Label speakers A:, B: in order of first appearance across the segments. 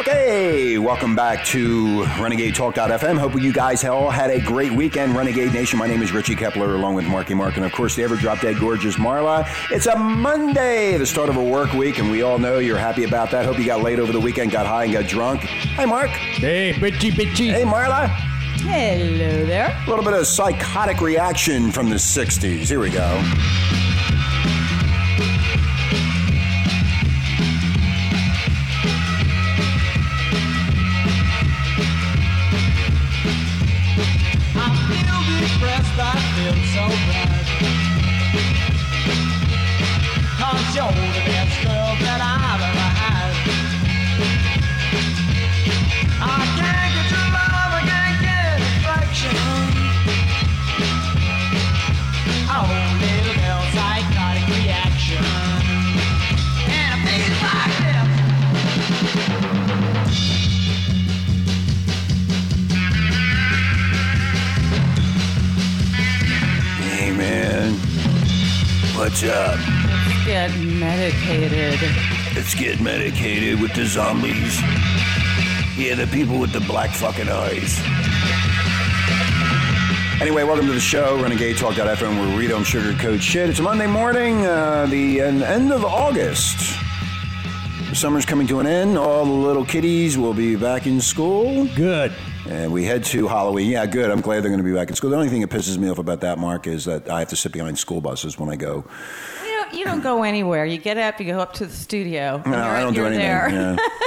A: Okay, welcome back to Renegade Talk.fm. Hope you guys all had a great weekend, Renegade Nation. My name is Richie Kepler, along with Marky Mark, and of course, the ever drop dead gorgeous Marla. It's a Monday, the start of a work week, and we all know you're happy about that. Hope you got laid over the weekend, got high, and got drunk. Hey, Mark.
B: Hey, bitchy, bitchy.
A: Hey, Marla.
C: Hello there.
A: A little bit of psychotic reaction from the 60s. Here we go.
D: I feel depressed, I feel so bad. Cause you're the best girl that I've ever had. I can't get your love, I can't get affection. Oh, little girl, psychotic reaction. And I feel like death.
A: Hey, man. What's up?
C: Get medicated.
A: Let's get medicated with the zombies. Yeah, the people with the black fucking eyes. Anyway, welcome to the show, Renegade Talk.fm, where we don't sugarcoat shit. It's Monday morning, uh, the an end of August. The summer's coming to an end. All the little kiddies will be back in school.
B: Good.
A: And we head to Halloween. Yeah, good. I'm glad they're going to be back in school. The only thing that pisses me off about that, Mark, is that I have to sit behind school buses when I go.
C: You don't, you don't go anywhere. You get up, you go up to the studio. and
A: No,
C: you're-
A: I don't do
C: you're
A: anything.
C: there.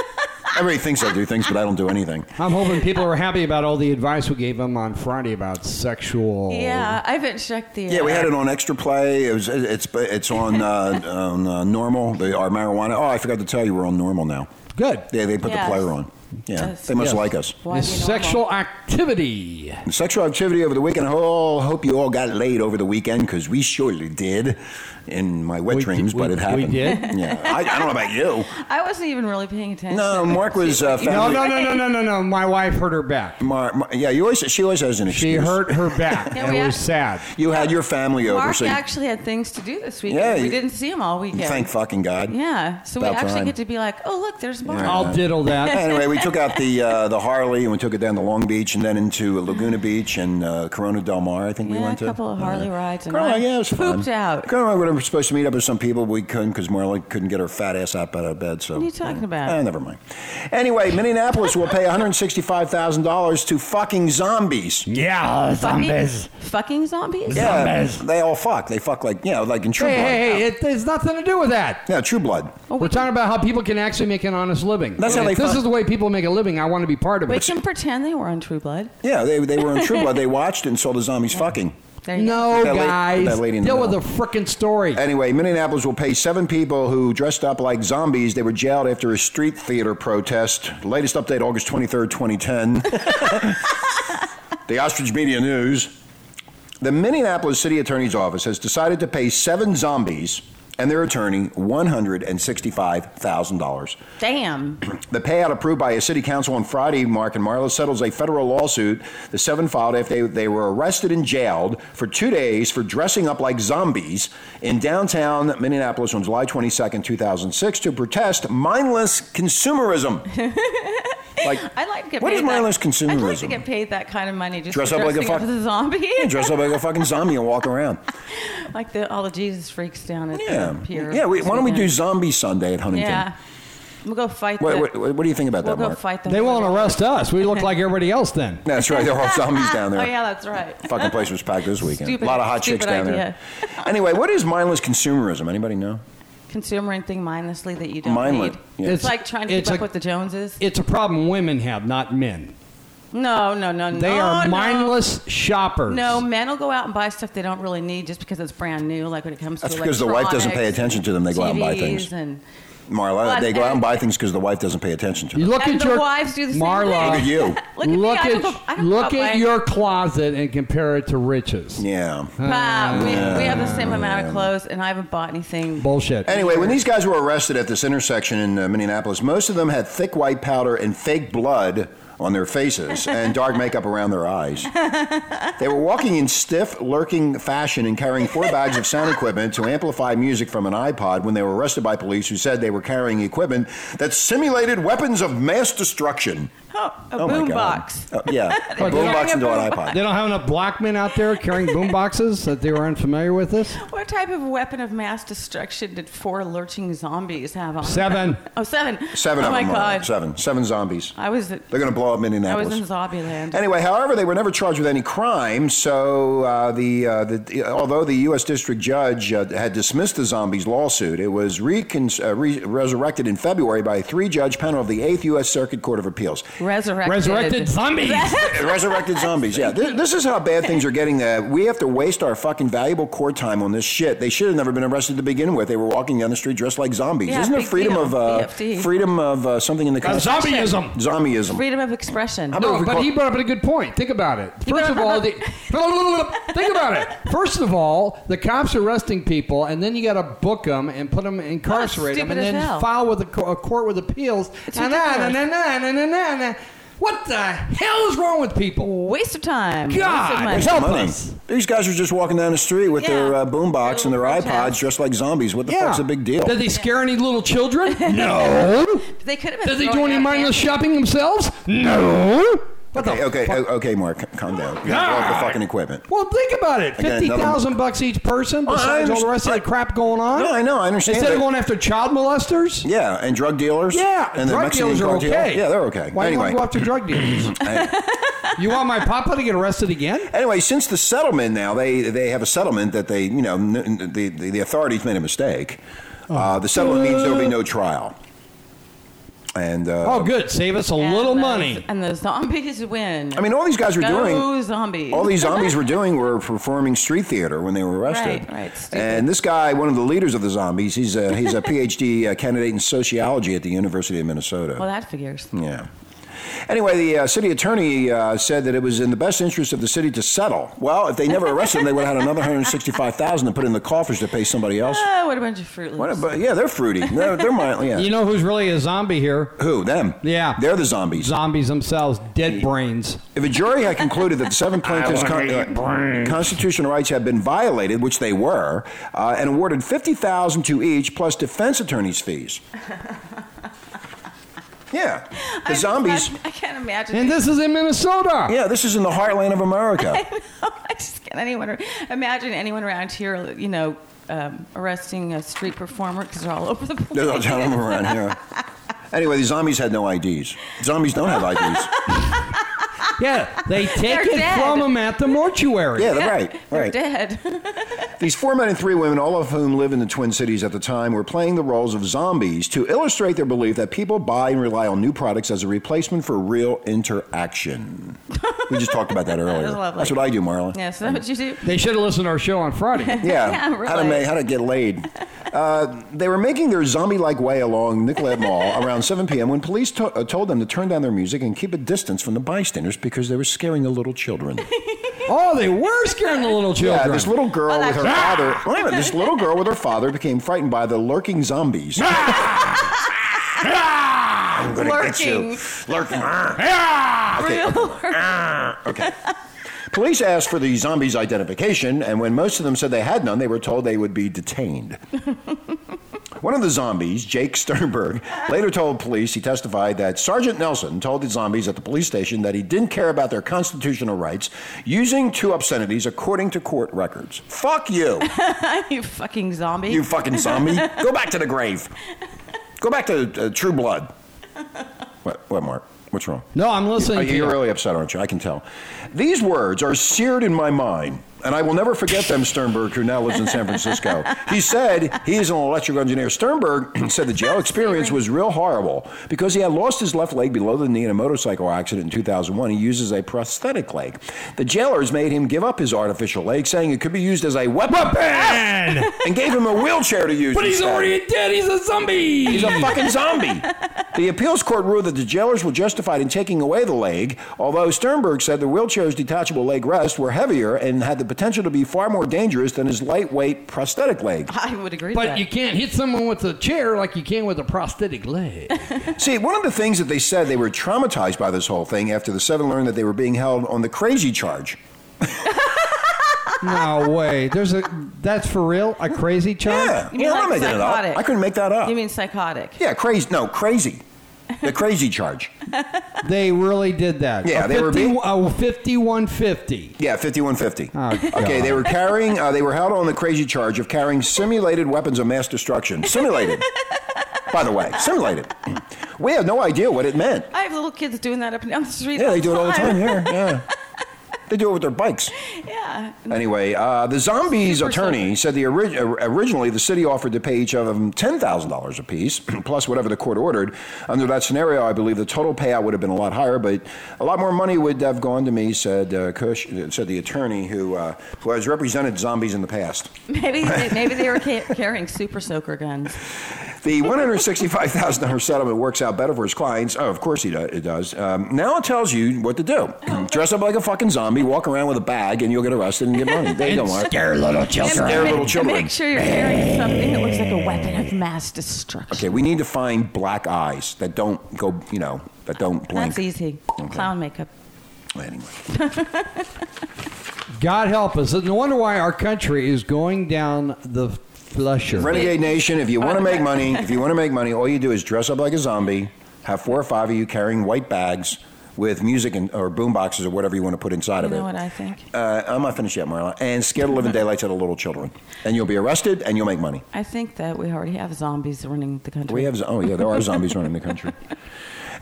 A: Yeah. Everybody thinks I do things, but I don't do anything.
B: I'm hoping people are happy about all the advice we gave them on Friday about sexual.
C: Yeah, I haven't checked the.
A: Yeah, we had
C: uh,
A: it on extra play. It was, it's it's on uh, on uh, normal. They are marijuana. Oh, I forgot to tell you, we're on normal now.
B: Good.
A: Yeah, they put
C: Yes.
A: the player on. Yeah,
C: Yes.
A: they must
B: Yes.
A: like us.
C: why
B: Is
C: do you know
B: sexual
C: about-
B: activity.
A: And sexual activity over the weekend. Oh, hope you all got laid over the weekend because we surely did. In my wet
B: We
A: dreams,
B: did-
A: but
B: we-
A: it happened.
B: we did?
A: Yeah, I, I don't know about you.
C: I wasn't even really paying attention.
A: No, Mark was uh,
B: No,
A: family.
B: no, no, no, no, no, no. My wife hurt her back.
A: Mar- Mar- yeah, you always she always has an
B: She
A: excuse.
B: hurt her back.
C: Yeah,
B: and
C: we
B: it was
C: had-
B: sad.
A: You had your family over,
C: Mark
A: so you-
C: actually had things to do this week.
A: Yeah,
C: we
A: you-
C: didn't see him all weekend.
A: thank fucking God.
C: yeah, so we
A: About
C: actually
A: time.
C: get to be like, oh look, there's Mark.
A: Yeah.
B: I'll diddle that.
A: anyway, we took out the uh, the Harley and we took it down to Long Beach and then into Laguna Beach and uh, Corona Del Mar. I think we
C: Yeah,
A: went to
C: a couple of Harley rides and
A: Corona,
C: I
A: yeah, it was fun.
C: pooped out.
A: Corona, we were supposed to meet up with some people, but we couldn't because Marla couldn't get her fat ass up out of bed. So
C: What are you talking about?
A: Eh, never mind. Anyway, Minneapolis will pay one hundred sixty five thousand dollars to fucking zombies.
B: yeah,
C: Fucking- Fucking zombies.
A: Yeah,
B: Zombies.
A: they all fuck. They fuck like you know, like in True
B: Hey,
A: Blood.
B: hey, hey, it has nothing to do with that.
A: Yeah, True Blood.
C: Oh,
B: We're talking about how people can actually make an honest living.
A: That's how
B: And
A: they
B: if this
A: fun-
B: is the way people make a living. I want to be part of
C: We
B: it.
C: can pretend they were on True Blood.
A: Yeah, they, they were in True Blood. They watched it and saw the zombies fucking.
C: There you go.
B: No,
A: That la-
B: guys.
A: that lady in the
B: deal with the
A: middle.
B: frickin' story.
A: Anyway, Minneapolis will pay seven people who dressed up like zombies. They were jailed after a street theater protest. Latest update August 23rd, 2010. the Ostrich Media News. The Minneapolis City Attorney's Office has decided to pay seven zombies and their attorney $165,000.
C: Damn.
A: The payout approved by a city council on Friday, Mark and Marla, settles a federal lawsuit the seven filed after they, they were arrested and jailed for two days for dressing up like zombies in downtown Minneapolis on July 22nd, 2006 to protest mindless consumerism. like,
C: I'd like to get
A: what
C: paid
A: is mindless
C: that, I'd like to
A: consumerism?
C: get paid that kind of money just
A: Dress
C: for
A: up like a
C: dressing
A: fuck-
C: as a zombie.
A: Dress up like a fucking zombie and walk around.
C: like the, all the Jesus freaks down at
A: Yeah.
C: the pier.
A: Yeah, we, why don't we do
C: Yeah.
A: Zombie Sunday at Huntington?
C: Yeah, we'll go fight.
A: What,
C: the,
A: what, what do you think about
C: we'll
A: that,
C: go
A: Mark?
C: fight the.
B: They won't
C: horror.
B: arrest us. We look like everybody else then.
A: That's right. They're all zombies down there.
C: Oh yeah, that's right.
A: Fucking place was packed this weekend.
C: Stupid-
A: a lot of hot chicks
C: stupid
A: down
C: idea.
A: there. anyway, what is mindless consumerism? Anybody know?
C: Consumering thing mindlessly that you don't
A: Mindless,
C: need.
A: yeah.
B: It's-
C: It's, like trying to keep
B: it's
C: up
B: like-
C: with the Joneses.
B: It's a problem women have, not men.
C: No, no, no, no.
B: They are
C: Oh, no.
B: mindless shoppers.
C: No, men will go out and buy stuff they don't really need just because it's brand new. Like when it comes
A: That's
C: to
A: because the wife doesn't pay
C: electronics,
A: attention to them. They go out and buy
C: TVs
A: things.
C: and-
A: Marla,
C: Well,
A: they go out and buy
C: and-
A: things because the wife doesn't pay attention to
B: You
A: them.
B: look
C: And
B: at
C: the
B: your
C: wives do the same
B: Marla,
C: thing.
A: Look at you.
C: Look at me,
B: look
C: I
B: at,
C: don't go- I don't go
B: look
C: out
B: at
C: buying-
B: your closet and compare it to Rich's.
A: Yeah.
C: Wow, we, we have the same amount of clothes, and I haven't bought anything.
B: Bullshit.
A: Anyway, when these guys were arrested at this intersection in uh, Minneapolis, most of them had thick white powder and fake blood on their faces and dark makeup around their eyes. They were walking in stiff, lurking fashion and carrying four bags of sound equipment to amplify music from an iPod when they were arrested by police who said they were carrying equipment that simulated weapons of mass destruction.
C: Oh, a Oh
A: Oh my God.
C: boombox.
A: Uh, yeah, a
C: They're carrying
A: boombox
C: a
A: into an
C: boombox.
A: iPod.
B: They don't have enough black men out there carrying boom boxes that they were unfamiliar with this?
C: What type of weapon of mass destruction did four lurching zombies have on?
B: Seven.
C: Oh, seven.
A: Seven
C: oh
A: of
C: my
A: them. are.
C: God.
A: Seven. Seven zombies.
C: I was.
A: They're going to blow up
C: I
A: Indianapolis.
C: was in zombie land.
A: Anyway, however, they were never charged with any crime. So uh, the, uh, the although the U.S. District Judge uh, had dismissed the zombies lawsuit, it was recon- uh, re- resurrected in February by a three-judge panel of the Eighth U.S. Circuit Court of Appeals.
C: Resurrected.
B: Resurrected zombies.
A: resurrected zombies. Yeah, this, this is how bad things are getting. Uh, we have to waste our fucking valuable court time on this shit. They should have never been arrested to begin with. They were walking down the street dressed like zombies.
C: Yeah,
A: Isn't it
C: big
A: freedom
C: deal.
A: of uh,
C: BFD.
A: freedom of uh, something in the Constitution?
B: Zombieism.
A: Zombieism.
C: Freedom of expression.
A: about-
B: No, but he brought up a good point. Think about it.
C: He
B: First of
C: brought up-
B: all, the, think about it. First of all, the cops are arresting people, and then you got to book them and put them incarcerate them,
C: stupid
B: and then
C: as hell.
B: file with a, co- a court with appeals.
C: It's
B: And then-
C: ridiculous.
B: and then- and then- and then- and then- What the hell is wrong with people?
C: Waste of time. Waste of
B: God,
C: money.
B: help
A: Money.
B: us.
A: These guys are just walking down the street with
C: Yeah.
A: their uh, boombox and their
C: Little
A: iPods
C: protest.
A: dressed like zombies. What the
B: Yeah.
A: fuck's the big deal?
B: Did they scare any little children? no.
C: They could have been.
B: Did they do
C: throwing
B: any
C: out
B: mindless
C: fancy-
B: shopping themselves? No. What
A: Okay,
B: the
A: okay,
B: fuck?
A: o- okay, Mark, c- calm down. You have to walk the fucking equipment.
B: Well, think about it.
A: got another
B: Fifty thousand bucks each person,
A: I
B: besides all the
A: understand-
B: rest of the crap going on.
A: No, I know, I understand
B: Instead of
A: that.
B: going after child molesters.
A: Yeah, and drug dealers.
B: Yeah,
A: and the
B: drug
A: Mexican
B: dealers are
A: cartel.
B: okay.
A: Yeah, they're okay.
B: Why
A: anyway,
B: do you want to go after drug dealers? you want my papa to get arrested again?
A: anyway, since the settlement now, they they have a settlement that they you know n- n- the the, the authorities made a mistake.
B: Oh.
A: Uh, the settlement means there'll be no trial. And uh,
B: Oh, good. Save us a
C: And
B: little
C: the-
B: money.
C: And the zombies win.
A: I mean, all these guys were
C: Go
A: doing.
C: zombies.
A: All these zombies were doing were performing street theater when they were arrested.
C: Right, right, stupid.
A: And this guy, one of the leaders of the zombies, he's a, he's a PhD uh, candidate in sociology at the University of Minnesota.
C: Well, that figures.
A: Yeah. Anyway, the uh, city attorney uh, said that it was in the best interest of the city to settle. Well, if they never arrested him, they would have had another 165000 to put in the coffers to pay somebody else.
C: Oh, what a bunch of fruit
A: What
C: loops.
A: about, yeah, they're fruity. They're, they're mild, yeah.
B: You know who's really a zombie here?
A: Who? Them.
B: Yeah.
A: They're the zombies.
B: Zombies themselves, dead brains.
A: If a jury had concluded that the seven plaintiffs' con- uh, constitutional rights had been violated, which they were, uh, and awarded fifty thousand to each plus defense attorneys' fees. Yeah, the
C: I-
A: zombies.
C: I, I can't imagine.
B: And this is in Minnesota.
A: Yeah, this is in the heartland of America.
C: I just can't anyone imagine anyone around here, you know, um, arresting a street performer because they're all over the place.
A: There's all ton of them around here. Anyway, the zombies had no IDs. Zombies don't have IDs.
B: Yeah, they take
C: They're
B: it
C: dead.
B: from them at the mortuary.
A: Yeah, they're right.
C: They're
A: Right.
C: dead.
A: These four men and three women, all of whom live in the Twin Cities at the time, were playing the roles of zombies to illustrate their belief that people buy and rely on new products as a replacement for real interaction. We just talked about that earlier.
C: was lovely.
A: That's what I do, Marla.
C: yeah, so that's what you do.
B: They should have listened to our show on Friday.
A: Yeah,
C: Yeah,
A: how to
C: really.
A: make, how to get laid. Uh, they were making their zombie-like way along Nicollet Mall around 7 p.m. when police to- uh, told them to turn down their music and keep a distance from the bystanders because they were scaring the little children.
B: oh, they were scaring the little children.
A: Yeah, this little girl with her
B: Ah!
A: father. Wait a minute, this little girl with her father became frightened by the lurking zombies. I'm gonna
C: Lurking.
A: Lurking.
C: Real
A: Okay. Police asked for the zombies' identification, and when most of them said they had none, they were told they would be detained. One of the zombies, Jake Sternberg, later told police he testified that Sergeant Nelson told the zombies at the police station that he didn't care about their constitutional rights, using two obscenities according to court records. Fuck you,
C: you fucking zombie.
A: you fucking zombie. Go back to the grave. Go back to uh, True Blood. What, what, Mark? What's wrong?
B: no, I'm listening
A: Uh,
B: to you.
A: You're really upset, aren't you? I can tell. These words are seared in my mind, and I will never forget them, Sternberg, who now lives in San Francisco. He said he is an electrical engineer. Sternberg said the jail experience was real horrible because he had lost his left leg below the knee in a motorcycle accident in 2001. He uses a prosthetic leg. The jailers made him give up his artificial leg, saying it could be used as a weapon, and gave him a wheelchair to use.
B: But he's
A: instead.
B: already dead. He's a zombie.
A: He's a fucking zombie. The appeals court ruled that the jailers were justified in taking away the leg, although Sternberg said the wheelchair's detachable leg rests were heavier and had the potential to be far more dangerous than his lightweight prosthetic leg.
C: I would agree. with
B: But
C: that.
B: you can't hit someone with a chair like you can with a prosthetic leg.
A: See, one of the things that they said they were traumatized by this whole thing after the seven learned that they were being held on the crazy charge.
B: no way. Oh, There's a that's for real. A crazy charge.
A: Yeah,
C: You mean
A: I'm
C: like
A: making it up.
C: psychotic.
A: I couldn't make that up.
C: You mean psychotic?
A: yeah, crazy. No, crazy. The crazy charge.
B: They really did that.
A: Yeah,
B: a
A: they were
B: 50
A: being-
B: a 5150.
A: Yeah, fifty-one fifty.
B: Oh,
A: okay,
B: God.
A: they were carrying. Uh, they were held on the crazy charge of carrying simulated weapons of mass destruction. Simulated, by the way, simulated. We have no idea what it meant.
C: I have little kids doing that up and down the street.
A: Yeah, they do it all the time here. Yeah. They do it with their bikes.
C: Yeah.
A: Anyway, uh, the zombies'
C: Super
A: attorney
C: silly.
A: said the ori- or- originally the city offered to pay each of them ten thousand dollars apiece, plus whatever the court ordered. Under that scenario, I believe the total payout would have been a lot higher, but a lot more money would have gone to me," said uh, Cush, said the attorney who uh, who has represented zombies in the past.
C: Maybe they, maybe they were ca- carrying super soaker guns.
A: The one hundred sixty-five thousand dollars settlement works out better for his clients. Oh, of course he do, it does. Um, now it tells you what to do: dress up like a fucking zombie, walk around with a bag, and you'll get arrested and get money. There you go, Mark.
B: Scare little
A: Scare
C: make,
A: little children.
C: Make sure you're carrying something that looks like a weapon of mass destruction.
A: Okay, we need to find black eyes that don't go, you know, that don't blink.
C: That's easy. Clown makeup.
A: Anyway.
B: God help us. No wonder why our country is going down the flusher.
A: Renegade Nation, if you want to make money, if you want to make money, all you do is dress up like a zombie, have four or five of you carrying white bags with music and, or boom boxes or whatever you want to put inside
C: You
A: of it.
C: know what I think?
A: uh, I'm not finished yet, Marla. And scare the living daylights out of little children. And you'll be arrested and you'll make money.
C: I think that we already have zombies running the country.
A: We have, zo- oh yeah, there are zombies running the country.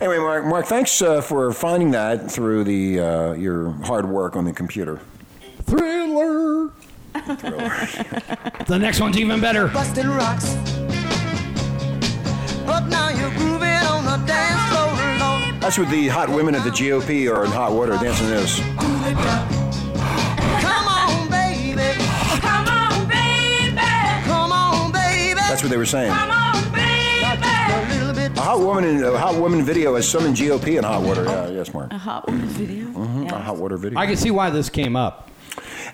A: Anyway, Mark, Mark thanks uh, for finding that through the, uh, your hard work on the computer.
B: Thriller. the next one's even better.
D: busting rocks. But now you're grooving on the dance floor alone.
A: That's what the hot women of the GOP are in hot water dancing this.
D: Come on, baby.
E: Come on, baby.
D: Come on, baby.
A: That's what they were saying.
E: Come on, baby.
D: a little bit.
A: A hot woman in a hot woman video has summoned GOP in hot water. Yeah, yes, Mark.
C: a hot woman video.
A: Mm-hmm. A hot water video.
B: Oh. I can see why this came up.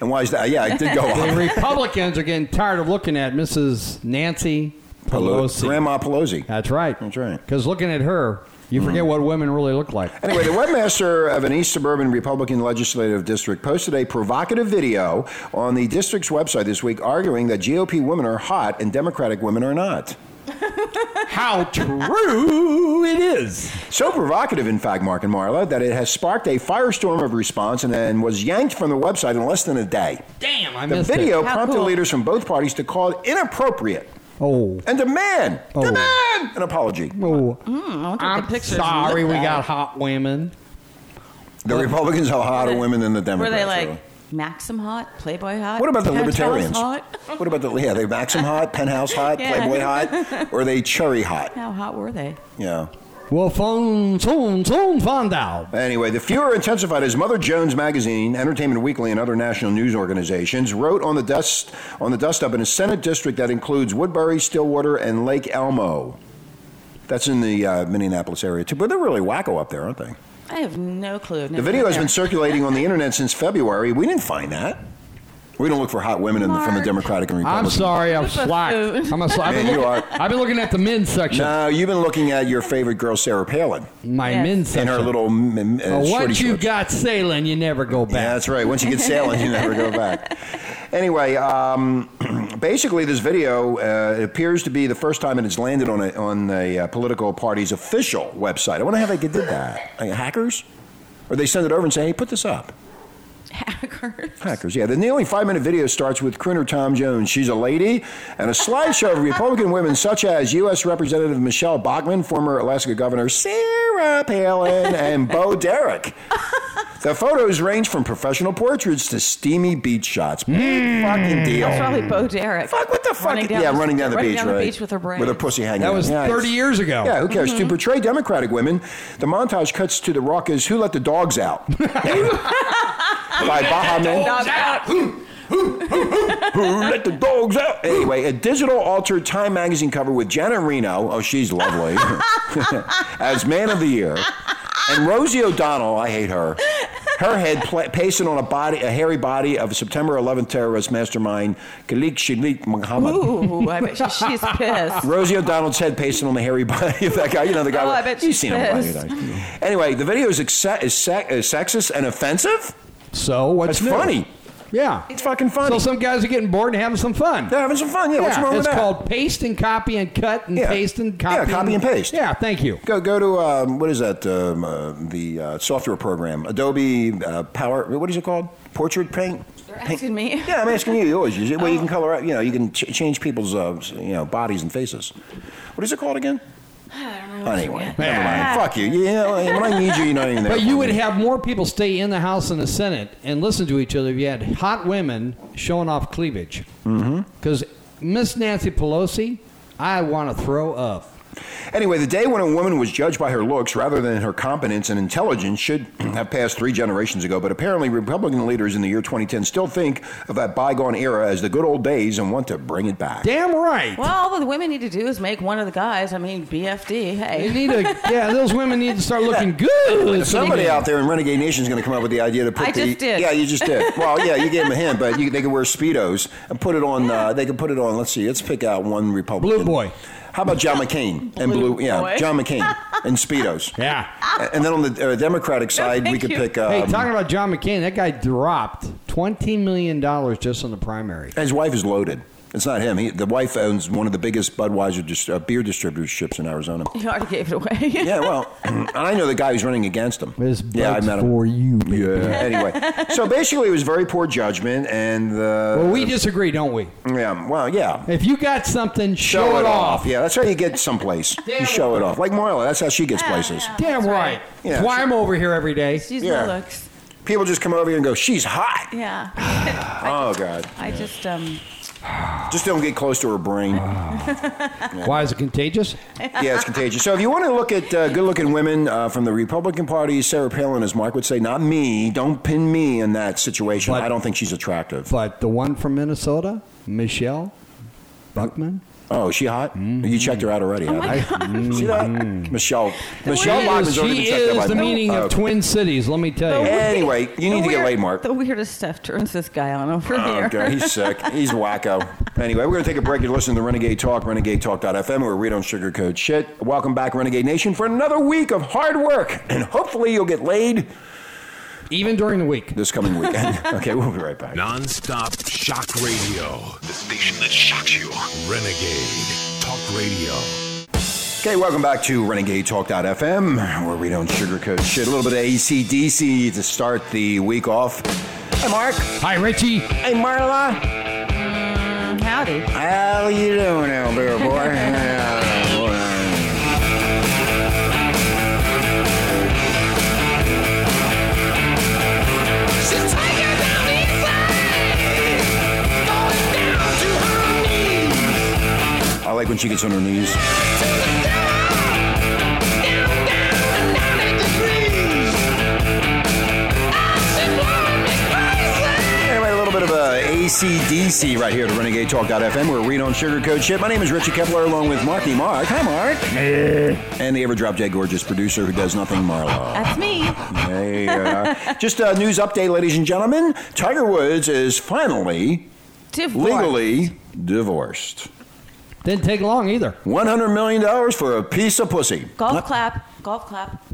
A: and why is that? Yeah, it did go
B: The
A: on.
B: Republicans are getting tired of looking at Mrs. Nancy Pelosi.
A: Grandma Pelosi.
B: That's right.
A: That's right.
B: Because looking at her, you forget what women really look like.
A: Anyway, the webmaster of an East Suburban Republican legislative district posted a provocative video on the district's website this week arguing that GOP women are hot and Democratic women are not.
B: How true it is.
A: So provocative, in fact, Mark and Marla, that it has sparked a firestorm of response and, and was yanked from the website in less than a day.
B: Damn, I
A: The
B: missed
A: video
B: it.
C: How
A: prompted
C: cool.
A: leaders from both parties to call it inappropriate
B: Oh.
A: and demand,
B: Oh.
A: demand an apology.
B: Oh,
C: what the
B: I'm
C: pictures
B: sorry
C: look
B: we
C: like.
B: got hot women.
A: The Republicans are hotter women than the
C: Oh. Were
A: Democrats.
C: they like Maxim hot, Playboy hot?
A: What about the
C: Penthouse
A: libertarians?
C: Hot?
A: though. what about the yeah? They Maxim hot, Penthouse hot,
C: Yeah.
A: Playboy hot, or they Cherry hot?
C: How hot were they?
A: Yeah.
B: Well, phone, soon, soon found out.
A: Anyway, the furor intensified as Mother Jones magazine, Entertainment Weekly, and other national news organizations wrote on the dust on the dust up in a Senate district that includes Woodbury, Stillwater, and Lake Elmo. That's in the uh, Minneapolis area too, but they're really wacko up there, aren't they?
C: I have no clue.
A: The video has been circulating on the internet since February. We didn't find that. We don't look for hot women in the, from the
C: Mark.
A: Democratic and Republican.
B: I'm sorry, I'm slack. I'm a slack.
A: Man, you are.
B: I've been looking at the men's section.
A: No, you've been looking at your favorite girl, Sarah Palin,
B: My
C: Yes.
B: men's
A: in
B: section.
A: her little m- m- uh,
B: But
A: shorty
B: once you've
A: shorts.
B: got sailing, you never go
A: Yeah,
B: back.
A: that's right. Once you get sailing, you never go back. Anyway, um, basically, this video uh, appears to be the first time it has landed on a, on a uh, political party's official website. I wonder how they did that. Like, hackers? Or they send it over and say, hey, put this up.
C: hackers.
A: Hackers, yeah. The nearly five minute video starts with crooner Tom Jones. She's a lady, and a slideshow of Republican women such as U.S. Representative Michelle Bachmann, former Alaska Governor Sarah Palin, and Bo Derek. The photos range from professional portraits to steamy beach shots. Big fucking deal.
C: Mm. That's probably Bo Derek.
A: Fuck, what the fuck?
C: Running down
A: yeah, running down the
C: running
A: beach,
C: down
A: right?
C: beach with her Mm-hmm. brain.
A: With her pussy hanging
B: That
A: out.
B: was
A: Yeah, it's-
B: 30 years ago.
A: yeah, who cares? To portray Democratic women, the montage cuts to the raucous "Who Let the Dogs Out" by Baha Men.
C: Knob out.
A: Who let the dogs out? Anyway, a digital altered Time magazine cover with Janet Reno. Oh, she's lovely. as Man of the Year. And Rosie O'Donnell, I hate her, her head pla- pacing on a body, a hairy body of September 11th terrorist mastermind Khalid Shalik Muhammad.
C: Ooh, I bet you she's pissed.
A: Rosie O'Donnell's head pasting on the hairy body of that guy. You know the guy.
C: Oh,
A: with-
C: I bet
A: you've
C: she's
A: seen him.
C: pissed.
A: plenty of times. Anyway, the video is, exa- is, se- is sexist and offensive.
B: So what's
A: That's
B: new?
A: funny.
B: Yeah.
A: It's fucking funny.
B: So some guys are getting bored and having some fun.
A: They're having some fun. Yeah, what's
B: Yeah,
A: wrong with
B: it's
A: that?
B: called paste and copy and cut and
A: Yeah.
B: paste and
A: Yeah,
B: copy.
A: copy and paste.
B: Yeah, thank you.
A: Go go to um, what is that? Um, uh, the uh, software program, Adobe uh, Power. What is it called? Portrait Paint.
C: You're
A: Paint?
C: asking me?
A: Yeah, I'm asking you. You always use it. Well, you can color out. You know, you can ch- change people's uh, you know bodies and faces. What is it called again? I
C: Oh,
A: don't know. Anyway,
C: forget.
A: never
B: Yeah.
A: mind. Fuck you. Yeah, when I need you, you're not even there.
B: But you
A: for
B: would
A: me.
B: have more people stay in the House and the Senate and listen to each other if you had hot women showing off cleavage. Because mm-hmm. Miss Nancy Pelosi, I want to throw up.
A: Anyway, the day when a woman was judged by her looks rather than her competence and intelligence should have passed three generations ago, but apparently Republican leaders in the year 2010 still think of that bygone era as the good old days and want to bring it back.
B: Damn right.
C: Well, all the women need to do is make one of the guys. I mean, BFD.
B: They
C: Hey,
B: need to, yeah, those women need to start looking good.
A: Somebody out there in Renegade Nation is going to come up with the idea to put
C: I
A: the
C: just did.
A: yeah you just did well yeah you gave them a hint but you, they could wear speedos and put it on uh, they could put it on let's see let's pick out one Republican
B: Blue boy.
A: how about John McCain and blue, yeah
C: boy.
A: John McCain and speedos
B: Yeah.
A: and then on the uh, Democratic side we
C: thank
A: could
C: you.
A: pick um,
B: Hey, talking about John McCain, that guy dropped $20 million just on the primary.
A: His wife is loaded. It's not him. He, the wife owns one of the biggest Budweiser dis- uh, beer distributorships in Arizona.
C: you already gave it away.
A: Yeah, well, and I know the guy who's running against him.
B: This
A: yeah,
B: bug's for you, baby.
A: Yeah. anyway, so basically, it was very poor judgment, and uh,
B: Well, we disagree, don't we?
A: yeah, well, yeah,
B: If you got something, show, it off.
A: Yeah, that's how you get someplace.
B: Damn
A: you show
B: it.
A: it off, like Marla. That's how she gets places.
B: Damn
C: That's
B: right.
C: right.
A: Yeah,
B: That's why
A: sure.
B: I'm over here every day.
C: She's
A: Yeah.
C: no looks.
A: People just come over here and go, "She's hot."
C: Yeah.
A: Oh God,
C: I just um.
A: just don't get close to her brain.
B: Why is it contagious?
A: yeah, it's contagious. So if you want to look at uh, good-looking women uh, from the Republican Party, Sarah Palin, as Mark would say, not me. Don't pin me in that situation.
B: But-
A: I don't think she's attractive.
B: But the one from Minnesota, Michelle Buckman.
A: oh, is she hot?
B: Mm-hmm.
A: You checked her out already. haven't
B: I,
A: you? See that? Michelle. Michelle
B: she is,
A: Lyman's already been
B: Mm-hmm. she
A: checked out
B: is
A: by
B: the uh,
A: them.
B: meaning
A: Oh.
B: of Twin Cities, let me tell you.
A: Anyway, you need to get
C: the weird-
A: laid, Mark.
C: The weirdest stuff turns this guy on over
A: Oh,
C: here.
A: God, he's sick. He's wacko. Anyway, we're going to take a break. You're listening to Renegade Talk, renegadetalk.fm, where we don't sugarcoat shit. Welcome back, Renegade Nation, for another week of hard work. And hopefully you'll get laid
B: Even during the week.
A: this coming weekend. okay, we'll be right back.
F: Non-stop shock radio. The station that shocks you. Renegade Talk Radio.
A: Okay, welcome back to Renegade Talk.fm, where we don't sugarcoat shit. A little bit of ACDC to start the week off. Hey, Mark.
B: Hi, Richie.
A: Hey, Marla.
C: Howdy.
A: How you doing out there, boy? I like when she gets on her knees. Anyway, a little bit of uh, a ACDC right here at Renegade Talk.fm, where we don't sugarcoat shit. My name is Richie Kepler, along with Marky Mark. Hi, Mark. And the ever drop dead gorgeous producer who does nothing, Marla.
C: That's me.
A: Hey, uh, just a news update, ladies and gentlemen. Tiger Woods is finally
C: Divorced.
A: legally divorced.
B: Didn't take long either.
A: One hundred million dollars for a piece of pussy.
C: Golf clap. Golf clap.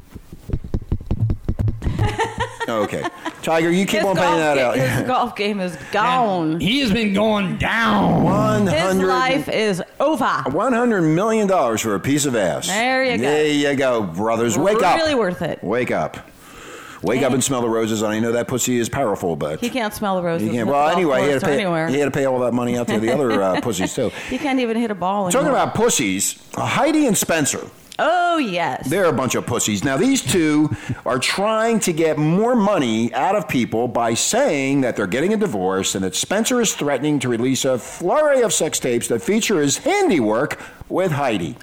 A: Okay, Tiger, you keep
C: His
A: on paying that
C: golf ga-
A: out.
C: His golf game is gone.
B: He has been going down.
A: One
C: His
A: hundred.
C: life is over.
A: One hundred million dollars for a piece of ass.
C: There you go.
A: There you go, brothers. Wake up.
C: Really worth it.
A: Wake up. Wake up and smell the roses. And I know that pussy is powerful, but
C: He can't smell the roses.
A: he can't.
C: on the
A: Well,
C: golf
A: anyway, he had,
C: course
A: to
C: or
A: pay,
C: anywhere.
A: he had to pay all that money out to the other uh, pussies too.
C: He can't even hit a ball.
A: Talking
C: anymore.
A: about pussies, uh, Heidi and Spencer.
C: Oh yes.
A: They're a bunch of pussies. Now, these two are trying to get more money out of people by saying that they're getting a divorce and that Spencer is threatening to release a flurry of sex tapes that feature his handiwork with Heidi.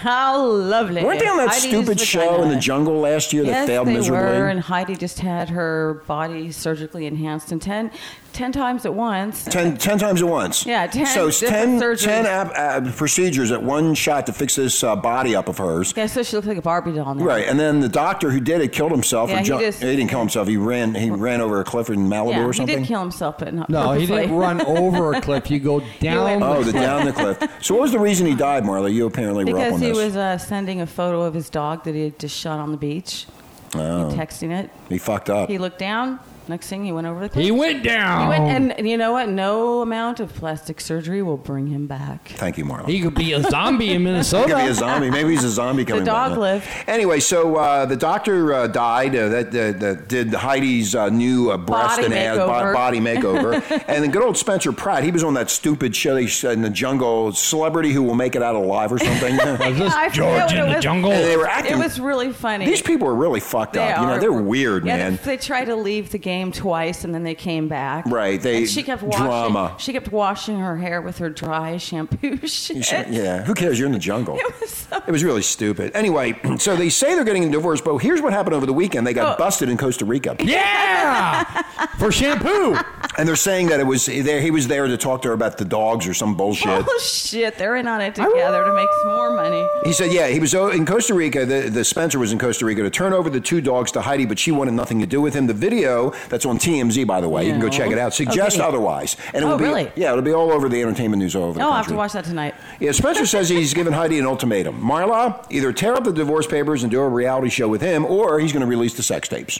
C: How lovely.
A: Weren't they on that
C: Heidi
A: stupid
C: just was
A: show in the
C: it.
A: jungle last year that
C: Yes,
A: failed
C: they
A: miserably?
C: were, and Heidi just had her body surgically enhanced and 10, 10 times at once.
A: Ten, ten times at once.
C: Yeah, 10
A: So it's ten,
C: different surgeries.
A: 10 ab, ab procedures at one shot to fix this uh, body up of hers.
C: Yeah, so she looked like a Barbie doll now.
A: Right, and then the doctor who did it killed himself.
C: Yeah,
A: or
C: he
A: ju-
C: just-
A: didn't kill himself. He ran. He ran over a cliff in Malibu
C: Yeah,
A: or
C: he
A: something.
C: did kill himself, but not
B: No, he didn't
C: purposely.
B: run over a cliff. You go down.
C: went-
A: oh, the down the cliff. So what was the reason he died, Marla? You apparently were up
C: Because
A: on
C: he
A: this.
C: was uh, sending a photo of his dog that he had just shot on the beach.
A: Oh.
C: And texting it.
A: he fucked up.
C: He looked down. Next thing, he went over the cliff.
B: He went down.
C: He went- and, and you know what? No amount of plastic surgery will bring him back.
A: Thank you, Marla.
B: He could be a zombie in Minnesota.
A: He could be a zombie. Maybe he's a zombie coming back.
C: dog lived.
A: Anyway, so uh, the doctor uh, died. Uh, that, that, that did Heidi's uh, new uh, breast
C: Body
A: and ass bo-
C: makeover.
A: body makeover. and the good old Spencer Pratt. He was on that stupid show they said in the jungle, celebrity who will make it out alive or something. and
C: I forget what it was.
A: they were acting.
C: It was really funny.
A: these people are really fucked
C: They
A: up. You know,
C: are.
A: they're weird,
C: yeah,
A: man.
C: They, they tried to leave the game twice, and then they came back.
A: Right, they-
C: and she kept washing,
A: drama.
C: She kept washing her hair with her dry shampoo shit.
A: yeah, who cares? You're in the jungle.
C: It was so-
A: It was really stupid. Anyway, so they say they're getting a divorce, but here's what happened over the weekend. They got
C: Oh.
A: busted in Costa Rica.
B: yeah, for shampoo.
A: And they're saying that it was there. He was there to talk to her about the dogs or some bullshit.
C: Oh shit! They're in on it together to make some more money.
A: He said, "Yeah, he was o- in Costa Rica. The, the Spencer was in Costa Rica to turn over the two dogs to Heidi, but she wanted nothing to do with him." The video that's on TMZ, by the way, you can go
C: No.
A: check it out. Suggests
C: Okay.
A: otherwise, and it
C: Oh,
A: will be
C: really?
A: yeah, it'll be all over the entertainment news all over. The
C: Oh,
A: country.
C: I have to watch that tonight.
A: Yeah, Spencer says he's given Heidi an ultimatum: Marla, either tear up the divorce papers and do a reality show with him, or he's going to release the sex tapes.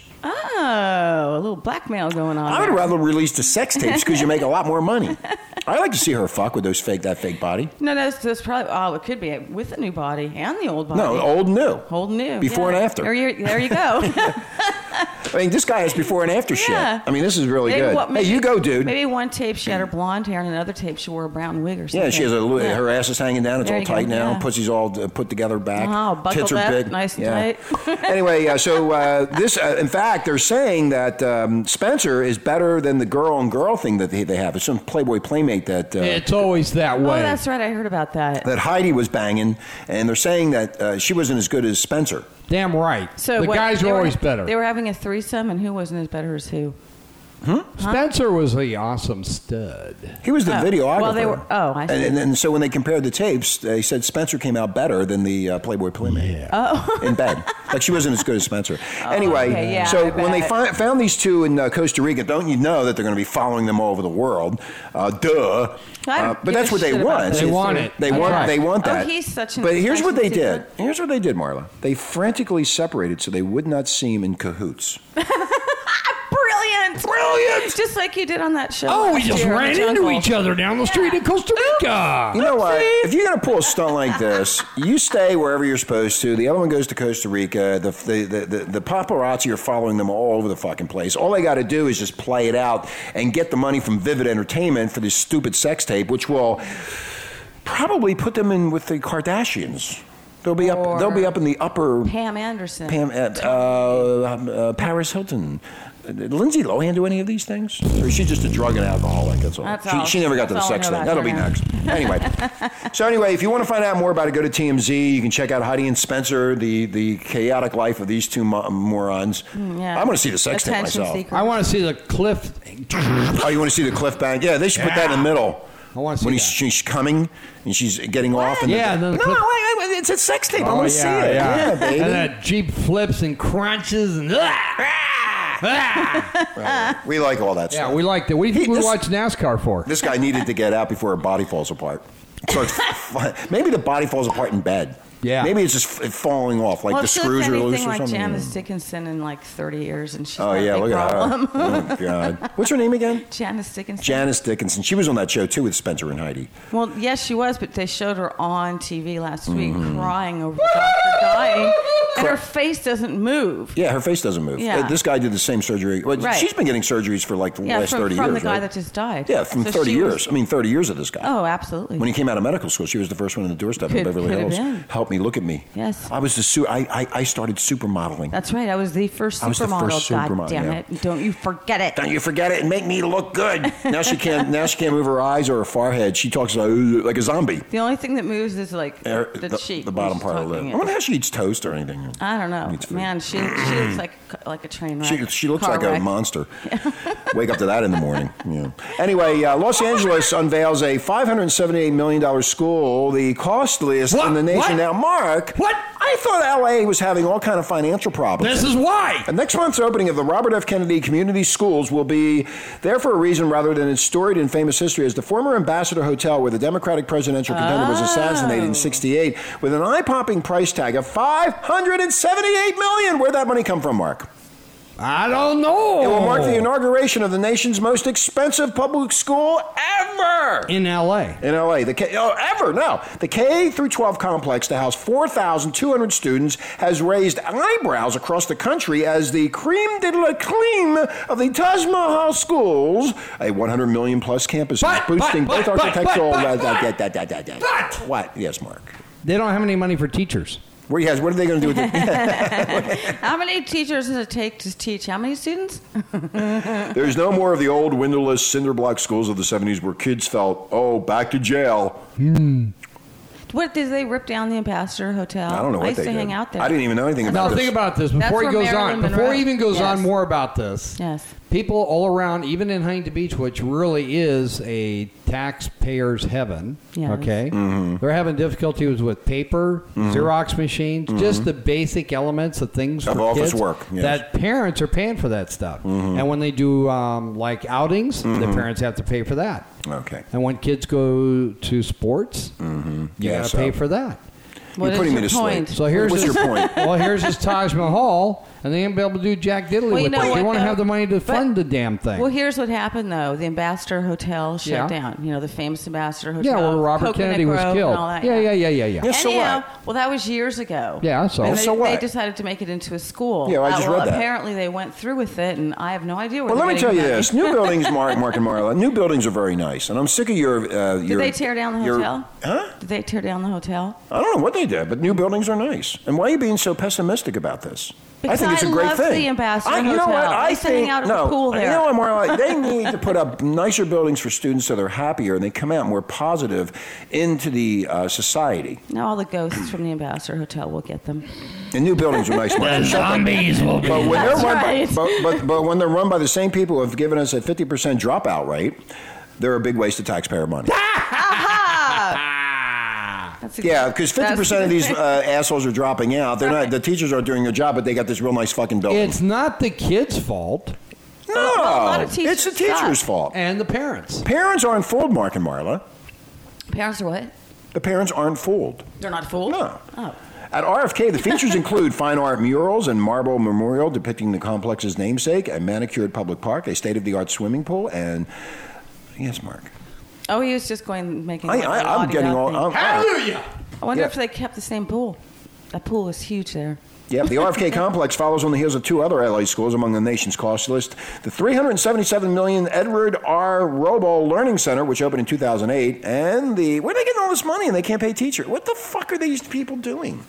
C: Oh, a little blackmail going on.
A: I would
C: there.
A: rather release the sex tapes because you make a lot more money. I like to see her fuck with those fake that fake body.
C: No, no, that's, that's probably. Oh, it could be with the new body and the old body.
A: No, old and new.
C: Old new.
A: Before
C: yeah.
A: and after.
C: There you, there you go.
A: I mean, this guy has before and after
C: Yeah.
A: shit. I mean, this is really
C: Maybe
A: good.
C: what-
A: hey, you go, dude.
C: Maybe one tape she had her blonde hair, and another tape she wore a brown wig or something.
A: yeah, she has a little,
C: Yeah.
A: her ass is hanging down. It's
C: There
A: all
C: you go,
A: tight now.
C: yeah.
A: Pussy's all uh, put together back.
C: Wow,
A: Tits
C: buckled
A: are
C: up,
A: big.
C: nice and
A: yeah.
C: tight.
A: anyway, uh, so uh, this, uh, in fact, they're saying that um, Spencer is better than the girl and girl thing that they, they have. It's some Playboy playmate that. Uh,
B: It's always that way.
C: Oh, that's right. I heard about that.
A: that Heidi was banging, and they're saying that uh, she wasn't as good as Spencer.
B: Damn right.
C: So
B: the
C: what-
B: guys
C: they
B: were
C: were
B: always better.
C: They were having a threesome, and who wasn't as better as who?
B: Spencer was the awesome stud.
A: He was the
C: Oh,
A: videographer.
C: well, they were- oh, I see.
A: And, and, and so when they compared the tapes, they said Spencer came out better than the uh, Playboy Playmate. Yeah. Oh. in bed. Like she wasn't as good as Spencer. anyway,
C: Oh, okay, yeah,
A: so
C: I
A: when they
C: bet.
A: fi- found these two in uh, Costa Rica, don't you know that they're going to be following them all over the world? Uh, duh.
C: I don't
A: Uh, but
C: give
A: that's
C: a
A: what they
C: shit about
A: want.
C: this.
B: They want it.
A: They
B: That's
A: want.
B: right.
A: They want
C: Oh,
A: that.
C: he's such an
A: But here's what they did.
C: obsessive-
A: Here's what they did, Marla. They frantically separated so they would not seem in cahoots.
C: Brilliant! Brilliant! Just like you did on that show.
A: Oh,
B: Oh,
C: last year in the jungle.
B: other down the street in Costa Rica.
A: You know what? If you're going to pull a stunt like this, you stay wherever you're supposed to. The other one goes to Costa Rica. The, the, the, the, the paparazzi are following them all over the fucking place. All they got to do is just play it out and get the money from Vivid Entertainment for this stupid sex tape, which will probably put them in with the Kardashians. They'll be up.
C: Or-
A: They'll be up in the upper
C: Pam Anderson.
A: Pam, uh, uh, um, uh, Paris Hilton. Uh, Did Lindsay Lohan do any of these things? Or is she just a drug and alcoholic? That's all.
C: That's
A: she,
C: all.
A: she never got to the
C: That's all I
A: sex
C: know
A: thing. That'll
C: about
A: be
C: her now.
A: next. Anyway. so, anyway, if you want to find out more about it, go to TMZ. You can check out Heidi and Spencer, the, the chaotic life of these two mo- morons.
C: Mm, Yeah.
A: I'm going to see the sex tape
C: Attention
A: myself.
C: Seeker.
B: I want to see the cliff.
A: Oh, you want to see the cliff bank? Yeah, they should put that in the middle.
B: I wanna see
A: when
B: that.
A: he's- she's coming and she's getting off. And
B: Yeah, and then the
A: no,
B: cliff- Oh,
A: wait, wait, it's a sex tape. I want to
B: yeah,
A: see it.
B: yeah.
A: baby.
B: And that Jeep flips and crunches and. Ah! Ah!
A: we like all that stuff.
B: yeah, we liked it. What do you think
A: He-
B: we
A: this-
B: watch NASCAR for?
A: This guy needed to get out before her body falls apart. Starts maybe the body falls apart in bed.
B: Yeah.
A: Maybe it's just f- falling off, like
C: well,
A: the
C: she
A: screws
C: looked
A: are
C: anything
A: loose or
C: like
A: something.
C: Janice Dickinson in like 30 years, and she's
A: oh
C: not a
A: yeah,
C: big
A: look
C: problem.
A: at her. Oh, God. What's her name again?
C: Janice Dickinson.
A: Janice Dickinson. She was on that show too with Spencer and Heidi.
C: Well, yes, she was, but they showed her on TV last week
A: Mm-hmm.
C: crying over the doctor dying, and her face doesn't move.
A: Yeah, her face doesn't move.
C: Yeah.
A: Uh, This guy did the same surgery. Well,
C: Right.
A: She's been getting surgeries for like the
C: Yeah,
A: last
C: from,
A: thirty
C: from
A: years.
C: the guy
A: right?
C: that just died.
A: yeah, from
C: So
A: thirty
C: she
A: years.
C: was-
A: I mean, thirty years of this guy.
C: oh, absolutely.
A: When he came out of medical school, she was the first one on the doorstep in
C: Could-
A: Beverly
C: could have
A: Hills.
C: been.
A: Help helped me. Look at me.
C: Yes.
A: I was the su- I, I, I started supermodeling.
C: That's right. I was the first
A: I was the
C: supermodel.
A: first
C: God
A: supermodel,
C: damn
A: yeah.
C: it! Don't you forget it.
A: Don't you forget it and make me look good. Now she can't. now she can't move her eyes or her forehead. She talks like, "Ugh," like a zombie.
C: The only thing that moves is like
A: Er,
C: the, cheek.
A: the
C: when
A: bottom
C: she's
A: part of the lip.
C: talking.
A: I wonder how she eats toast or anything.
C: I don't know,
A: Eats food.
C: man. She she looks like like a train wreck.
A: She, she looks
C: Car
A: like a
C: wreck.
A: monster. Wake up to that in the morning. Yeah. Anyway, uh, Los Angeles unveils a $578 million school, the costliest
B: What?
A: in the nation.
B: What?
A: Now, Mark,
B: What?
A: I thought LA was having all kind of financial problems.
B: This is why.
A: And next month's opening of the Robert F. Kennedy Community Schools will be there for a reason rather than its storied and famous history as the former Ambassador Hotel where the Democratic presidential contender was assassinated in 68 with an eye-popping price tag of 578 million. Where'd that money come from, Mark?
B: I don't know.
A: It will mark
B: Oh.
A: the inauguration of the nation's most expensive public school ever.
B: in L.A.
A: In LA, the K, oh, ever no, the K through 12 complex to house 4,200 students has raised eyebrows across the country as the cream de la cream of the Taj Mahal schools, a 100 million plus campus, is
B: But, but,
A: boosting
B: but,
A: both
B: but,
A: architectural.
B: but, but,
A: da-
B: but.
A: da- da- da- da- da-
B: But.
A: what? Yes, Mark.
B: They don't have any money for teachers.
A: What, yes, what are they going to do with it?
C: How many teachers does it take to teach? How many students?
A: There's no more of the old windowless cinder block schools of the 70s where kids felt, oh, back to jail.
C: What did they rip down the Ambassador
B: Oh,
C: Hotel?
A: I don't know what
C: I used
A: they
C: to
A: did.
C: hang out there.
A: I didn't even know anything
B: Now
A: about this.
B: think about this
C: That's
B: before he
C: where
B: goes
C: Marilyn
B: on.
C: Monroe-
B: Before he even goes
C: Yes.
B: on more about this,
C: Yes.
B: people all around, even in Huntington Beach, which really is a taxpayer's heaven.
C: Yes.
B: Okay,
A: Mm-hmm.
B: they're having difficulties with paper, Xerox machines, just the basic elements of things
A: Mm-hmm. Of
B: for
A: office
B: kids
A: work, yes. Mm-hmm.
B: That parents are paying for that stuff, and when they do um, like outings, the parents have to pay for that.
A: Okay.
B: And when kids go to sports, you
A: Mm-hmm. Yeah,
B: gotta
A: so-
B: pay for that.
A: You're
C: What is
A: putting me
C: your
A: to
C: point?
A: sleep.
B: So here's
A: What's
B: his,
A: your point?
B: Well, here's his Taj Mahal, and they ain't be able to do jack diddly
C: Well, you
B: with
C: know
B: it. They
C: what,
B: want to
C: though?
B: have the money to
C: But-
B: fund the damn thing.
C: Well, here's what happened though. The Ambassador Hotel shut
B: Yeah.
C: down. You know, the famous Ambassador Hotel.
B: yeah, where Robert
C: Coconut
B: Kennedy was
C: Grove
B: killed.
C: And all that.
B: yeah, yeah, yeah, yeah, yeah.
A: Yes, so
C: Anyhow,
A: what?
C: Well, that was years ago.
B: Yeah, so-
C: And
B: Yeah,
C: they,
A: so what?
C: They decided to make it into a school.
A: Yeah, I
C: Uh,
A: just
C: well,
A: read that.
C: Apparently, they went through with it, and I have no idea. Where
A: Well,
C: they're
A: let me tell
C: getting
A: you
C: the money.
A: this: new buildings, Mark, Mark, and Marla. New buildings are very nice, and I'm sick of your. Uh,
C: Did they tear down the hotel?
A: Huh?
C: Did they tear down the hotel?
A: I don't know what they did, but new buildings are nice. And why are you being so pessimistic about this?
C: Because
A: I think it's a
C: I
A: great
C: love
A: thing.
C: the Ambassador
A: I, you know
C: Hotel.
A: what?
C: I
A: I
C: used to hang
A: think
C: out at the
A: no.
C: pool
A: You
C: there.
A: know what, Marla? They need to put up nicer buildings for students so they're happier and they come out more positive into the uh, society.
C: Now all the ghosts from the Ambassador Hotel will get them.
A: And new buildings are nice. Mark.
B: zombies will be.
A: But when,
C: That's
A: they're run
C: right.
A: by, but, but, but when they're run by the same people who have given us a 50% dropout rate, they're a big waste of taxpayer money.
C: That's a-
A: Yeah, because fifty percent of
C: that's-
A: these uh, assholes are dropping out. They're not. The teachers aren't doing their job, but they got this real nice fucking building.
B: It's not the kids' fault
A: no,
C: well, a lot of
A: it's the
C: teachers
A: teachers'
C: suck.
A: fault.
B: and the parents.
A: Parents aren't fooled, Mark and Marla.
C: Parents are what?
A: The parents aren't fooled.
C: They're not fooled.
A: No.
C: Oh.
A: At RFK, the features include fine art murals and marble memorial depicting the complex's namesake, a manicured public park, a state-of-the-art swimming pool, and yes, Mark.
C: Oh, he was just going making.
A: I,
C: like, a
A: I, I'm
C: lot
A: getting
C: of
A: all.
C: nothing.
A: I'm,
C: I wonder
A: yeah.
C: if they kept the same pool. That pool was huge there.
A: Yep, the RFK complex follows on the heels of two other LA schools among the nation's cost list. The 377 million Edward R. Robo Learning Center, which opened in 2008, and the where are they getting all this money and they can't pay teacher? What the fuck are these people doing?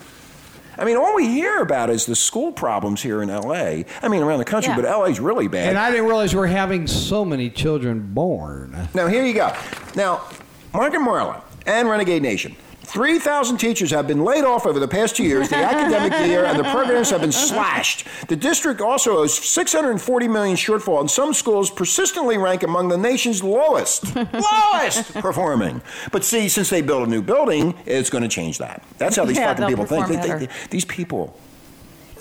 A: I mean, all we hear about is the school problems here in LA. I mean, around the country,
C: Yeah.
A: but LA's really bad.
B: And I didn't realize we're having so many children born.
A: Now, here you go. Now, Mark and Marla and Renegade Nation. 3,000 teachers have been laid off over the past two years, the academic year, and the programs have been slashed. The district also owes 640 million shortfall, and some schools persistently rank among the nation's lowest, lowest performing. But see, since they built a new building, it's going to change that. That's how these
C: Yeah,
A: fucking people
C: they'll
A: think. They,
C: perform
A: they-
C: better.
A: these people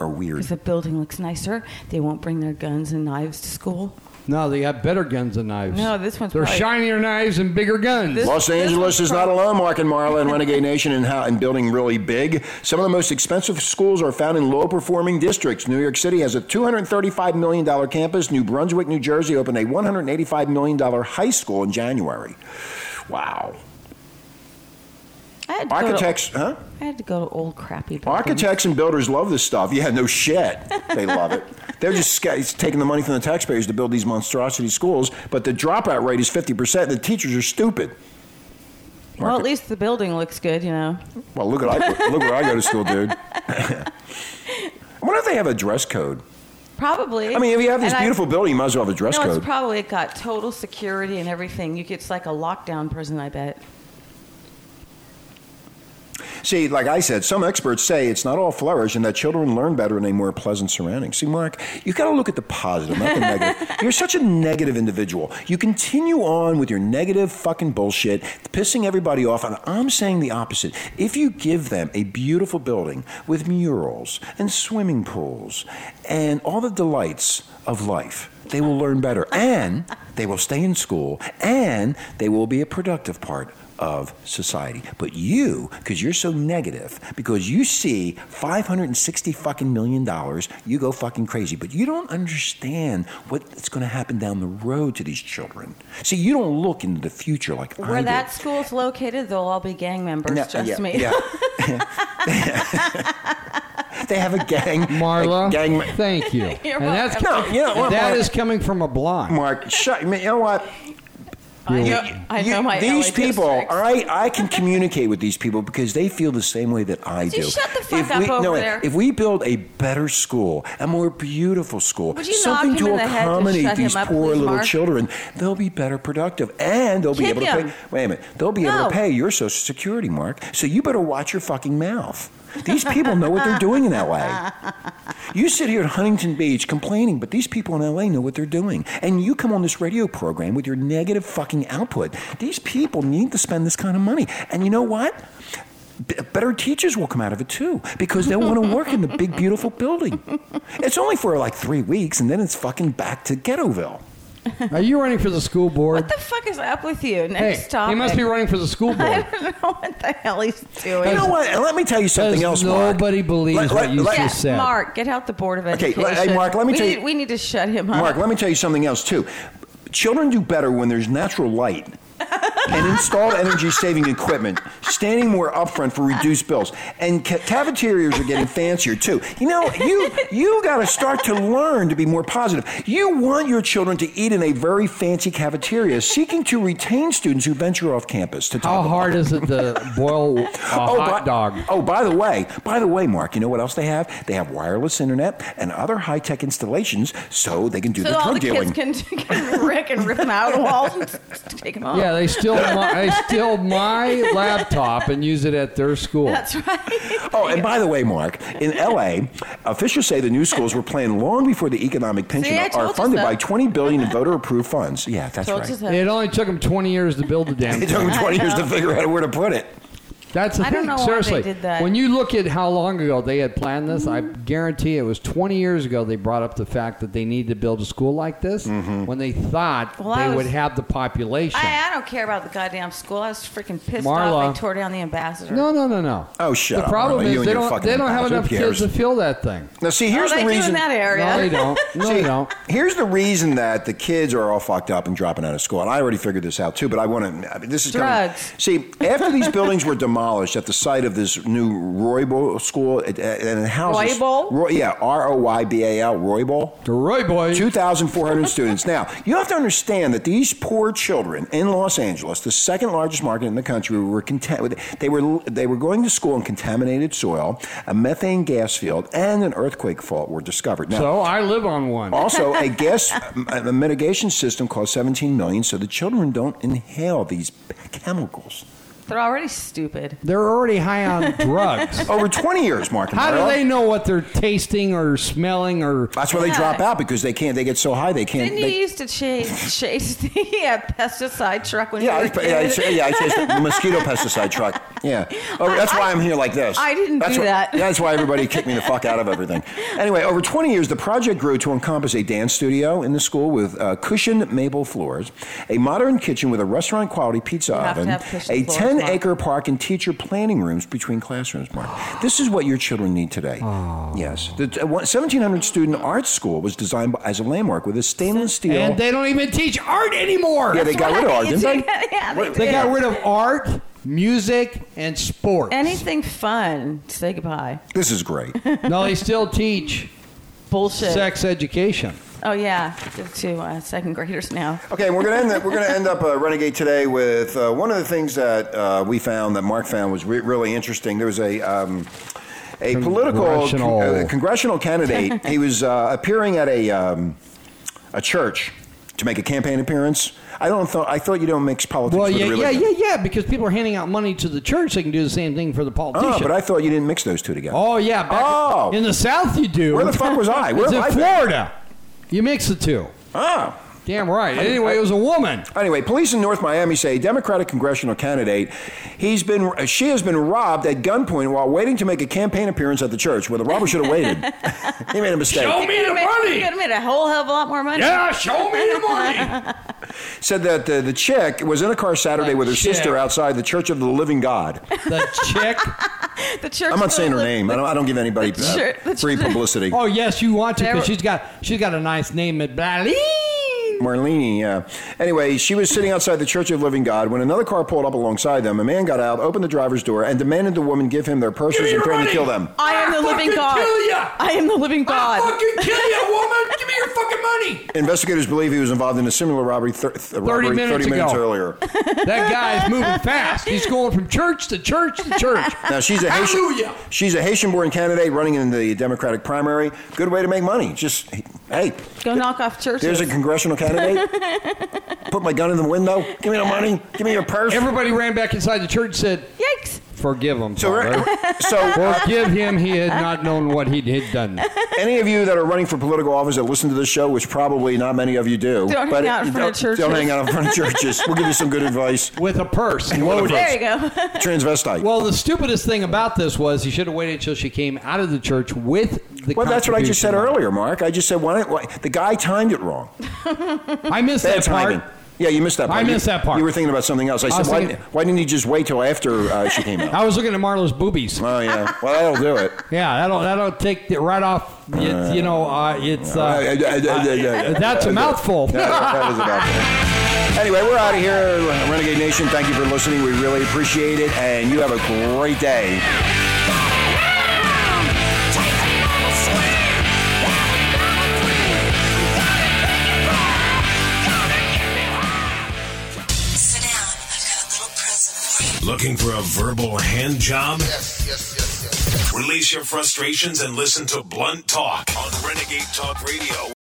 A: are weird.
C: If the building looks nicer, they won't bring their guns and knives to school.
B: No, they have better guns and knives.
C: No, this one's
B: They're
C: probably-
B: shinier knives and bigger guns.
C: This-
A: Los Angeles
C: one's
A: is not
C: pro-
A: alone, Mark and Marla and Renegade Nation, in, how, in building really big. Some of the most expensive schools are found in low performing districts. New York City has a $235 million campus. New Brunswick, New Jersey opened a $185 million high school in January. Wow.
C: I had to go to-
A: Architects, huh?
C: I had to go to old crappy buildings.
A: Architects and builders love this stuff. Yeah, no shit. They love it. They're just sca- it's taking the money from the taxpayers to build these monstrosity schools, but the dropout rate is 50%. The teachers are stupid.
C: Well, at least the building looks good, you know.
A: Well, look at I, look where I go to school, dude. I wonder if they have a dress code.
C: Probably.
A: I mean, if you have this
C: And I-
A: beautiful building, you might as well have a dress
C: no,
A: code.
C: it's probably got total security and everything. You get, it's like a lockdown prison, I bet.
A: See, like I said, some experts say it's not all flourish and that children learn better in a more pleasant surrounding. See, Mark, you got to look at the positive, not the negative. You're such a negative individual. You continue on with your negative fucking bullshit, pissing everybody off, and I'm saying the opposite. If you give them a beautiful building with murals and swimming pools and all the delights of life, they will learn better and they will stay in school and they will be a productive part of society. But you, because you're so negative, because you see 560 fucking million dollars, you go fucking crazy. But you don't understand what's going to happen down the road to these children. See, you don't look into the future like I
C: Where
A: do.
C: that school's located, they'll all be gang members.
A: No,
C: trust
A: yeah,
C: me.
A: yeah. they have a gang.
B: Marla,
A: a gang.
B: thank you.
C: You're
B: and that's
A: No, you know what,
B: that
A: Mark?
B: is coming from a blonde.
A: Mark, shut. You know what?
C: I know, I know
A: You-
C: my
A: these
C: LA
A: people,
C: districts.
A: I, I can communicate with these people because they feel the same way that I do.
C: you shut the fuck
A: if
C: up
A: we,
C: over
A: no,
C: there?
A: If we build a better school, a more beautiful school,
C: Would you
A: something
C: knock him
A: to
C: in the head to
A: accommodate
C: shut him
A: these
C: up,
A: poor
C: please,
A: little
C: Mark?
A: children, they'll be better productive and they'll be
C: Kick
A: able to
C: him.
A: pay. Wait a minute, they'll be able
C: No.
A: to pay your social security, Mark. So you better watch your fucking mouth. These people know what they're doing in LA. You sit here at Huntington Beach complaining, but these people in LA know what they're doing. And you come on this radio program with your negative fucking output. These people need to spend this kind of money. And you know what? B- better teachers will come out of it too because they'll want to work in the big, beautiful building. It's only for like three weeks and then it's fucking back to Ghettoville.
B: Are you running for the school board?
C: What the fuck is up with you?
B: hey,
C: Next topic.
B: he must be running for the school board.
C: I don't know what the hell he's doing.
A: You know what? And let me tell you something else,
B: Because
A: Mark.
B: nobody believes
A: Let-
B: what
A: let-
B: you
A: let-
B: just
C: Yeah,
B: said.
C: Mark, get out the board of
A: Okay,
C: education.
A: let- hey, Mark, let me
C: we
A: tell
C: need,
A: you-
C: We need to shut him up.
A: Mark, let me tell you something else too. Children do better when there's natural light and installed energy saving equipment, standing more upfront for reduced bills. And ca- cafeterias are getting fancier too. You know, you you got to start to learn to be more positive. You want your children to eat in a very fancy cafeteria, seeking to retain students who venture off campus to
B: How
A: top it
B: hard is it to boil a hot
A: by,
B: dog?
A: Oh, by the way, by the way, Mark, you know what else they have? They have wireless internet and other high tech installations, so they can do
C: so
A: the
C: all
A: drug
C: the
A: dealing.
C: kids can, can wreck and rip him out of walls and take him off.
B: Yeah, they steal my, they steal my laptop and use it at their school.
C: that's right.
A: Oh, and by the way, Mark, in LA, officials say the new schools were planned long before the economic pension
C: I told
A: are
C: you
A: funded
C: so.
A: by 20 billion in voter approved funds. Yeah, that's
C: Told
A: right.
C: you so.
B: it only took them 20 years to build the damn
A: It
B: thing.
A: took them 20 years to
C: know.
A: figure out where to put it.
B: That's the
C: I
B: thing.
C: don't know why they
B: Seriously,
C: did that. Mm-hmm.
B: when you look at how long ago they had planned this, I guarantee it was 20 years ago they brought up the fact that they needed to build a school like this
A: Mm-hmm.
B: when they thought
C: Well,
B: they
C: I was-
B: would have the population.
C: I, I don't care about the goddamn school. I was freaking pissed
B: Marla.
C: off. They tore down the ambassador.
B: no, no, no, no.
A: Oh, shut
B: the
A: up,
B: problem
A: Marla.
B: is
A: You and
B: they
A: your
B: don't
A: fucking
B: they don't have
A: ambassador.
B: enough
A: Who
B: kids
A: cares?
B: to fill that thing.
A: Now, see, here's
C: oh, they
A: the
C: do
A: reason.
C: in that area.
B: No, they don't. No,
A: See,
B: they don't.
A: Here's the reason that the kids are all fucked up and dropping out of school, and I already figured this out too. But I want to. This is coming-
C: Drugs.
A: see, after these buildings were demolished at the site of this new Roybal school it- and it houses.
C: Roybal?
A: Roy, yeah, R O Y B A L, Roybal.
B: The Roy boys.
A: 2,400 students. Now, you have to understand that these poor children in Los Angeles, the second largest market in the country, were content- they were they were going to school in contaminated soil, a methane gas field, and an earthquake fault were discovered. Now,
B: So I live on one.
A: also, a gas a mitigation system costs 17 million, so the children don't inhale these chemicals.
C: They're already stupid.
B: They're already high on drugs.
A: Over 20 years, Mark. and
B: How do
A: Merrill.
B: they know what they're tasting or smelling or?
A: That's why they drop out because they can't. They get so high they can't.
C: Didn't you
A: they-
C: used to chase, chase the uh, pesticide truck when
A: Yeah, I,
C: you
A: was-
C: were a
A: yeah, I,
C: kid?
A: chased- yeah, I chased the mosquito pesticide truck. Yeah, Over- that's why I'm here like this.
C: I didn't
A: that's
C: do
A: why-
C: that.
A: yeah, That's why everybody kicked me the fuck out of everything. Anyway, over 20 years, the project grew to encompass a dance studio in the school with uh, cushioned maple floors, a modern kitchen with a restaurant quality pizza
C: have to
A: oven,
C: have cushioned
A: a
C: floors,
A: 10
C: Mark.
A: acre park, and teacher planning rooms between classrooms. Mark, this is what your children need today.
B: Oh.
A: Yes, the uh, 1,700 student art school was designed by- as a landmark with a stainless steel.
B: And they don't even teach art anymore.
A: yeah, they got rid of art, didn't they?
C: yeah, they
B: They
C: did.
B: got rid of art, music, and sports.
C: Anything fun. Say goodbye.
A: This is great.
B: No, they still teach
C: Bullshit.
B: sex education.
C: Oh yeah, to, to uh, second graders now.
A: Okay, we're gonna end up, we're gonna end up uh, renegade today with uh, one of the things that uh, we found that Mark found was re- really interesting. There was a. Um, a political
B: Congressional.
A: uh, congressional candidate. he was uh, appearing at a um, a church to make a campaign appearance. I don't thought I thought you don't mix politics
B: Well,
A: with
B: yeah, yeah,
A: religion.
B: yeah, yeah, because people are handing out money to the church. They can do the same thing for the politician.
A: Oh, but I thought you didn't mix those two together.
B: Oh yeah, back
A: Oh.
B: in the South you do.
A: Where the fuck was I? Where
B: It's
A: have
B: in
A: I been?
B: Florida. You mix the two.
A: Oh.
B: Damn right. Anyway, it was a woman.
A: Anyway, police in North Miami say a Democratic congressional candidate, he's been, uh, she has been robbed at gunpoint while waiting to make a campaign appearance at the church. Well, the robber should have waited. he made a mistake.
B: me the
C: You could have made a whole hell of a lot more money.
B: show me the money.
A: Said that the, the chick was in a car Saturday
C: Oh,
B: That
A: with her
B: chick.
A: sister outside the Church of the Living God.
B: the chick.
C: The church.
A: I'm not saying her
C: the-
A: name. I don't, I don't give anybody uh,
C: Sure, that's
A: free
C: true.
A: publicity.
B: Oh yes, you want to
C: There-
B: because she's got she's got a nice name at Blaline.
A: Marlene, yeah. Anyway, she was sitting outside the Church of the Living God when another car pulled up alongside them. A man got out, opened the driver's door, and demanded the woman give him their purses and threatened to kill them.
C: I am the living God. I am the living God.
A: Investigators believe he was involved in a similar robbery, thir- th- robbery 30 minutes,
B: minutes ago.
A: earlier.
B: That guy's moving fast. He's going from church to church to church.
A: Now she's a Haitian, she's a Haitian-born candidate running in the Democratic primary. Good way to make money. Just hey,
C: Go knock off churches.
A: there's a congressional candidate. Put my gun in the window. Give me the money. Give me your purse.
B: Everybody ran back inside the church. and Said,
C: Yikes!
B: "Forgive him."
A: so,
B: Father.
A: so uh,
B: Forgive him. He had not known what he had done.
A: any of you that are running for political office that listen to this show, which probably not many of you do,
C: Don't
A: but
C: hang out in front
A: don't,
C: of churches.
A: don't hang out in front of churches. We'll give you some good advice.
B: With a purse.
C: There you go.
A: Transvestite.
B: Well, the stupidest thing about this was he should have waited until she came out of the church with the.
A: well, that's what I just said
B: contribution
A: earlier, Mark. I just said why, don't- why the guy timed it wrong.
B: money. I missed
A: Bad
B: that part.
A: timing. Yeah, you missed that
B: I
A: part.
B: missed
A: you,
B: that part.
A: You were thinking about something else. I,
B: was
A: said, why,
B: thinking-
A: didn't- why didn't you just wait till after uh, she came out?
B: I was looking at Marlo's boobies.
A: oh, yeah. Well, that'll do it.
B: Yeah, that'll that'll take it right off. It's, you know, uh, it's uh, that's
A: That's
B: a mouthful.
A: That was a mouthful. Anyway, we're out of here, Renegade Nation. Thank you for listening. We really appreciate it, and you have a great day.
G: Sit down. I've got a little present for you.
F: Looking for a verbal hand job? Yes, yes, yes, yes. Release your frustrations and listen to Blunt Talk on Renegade Talk Radio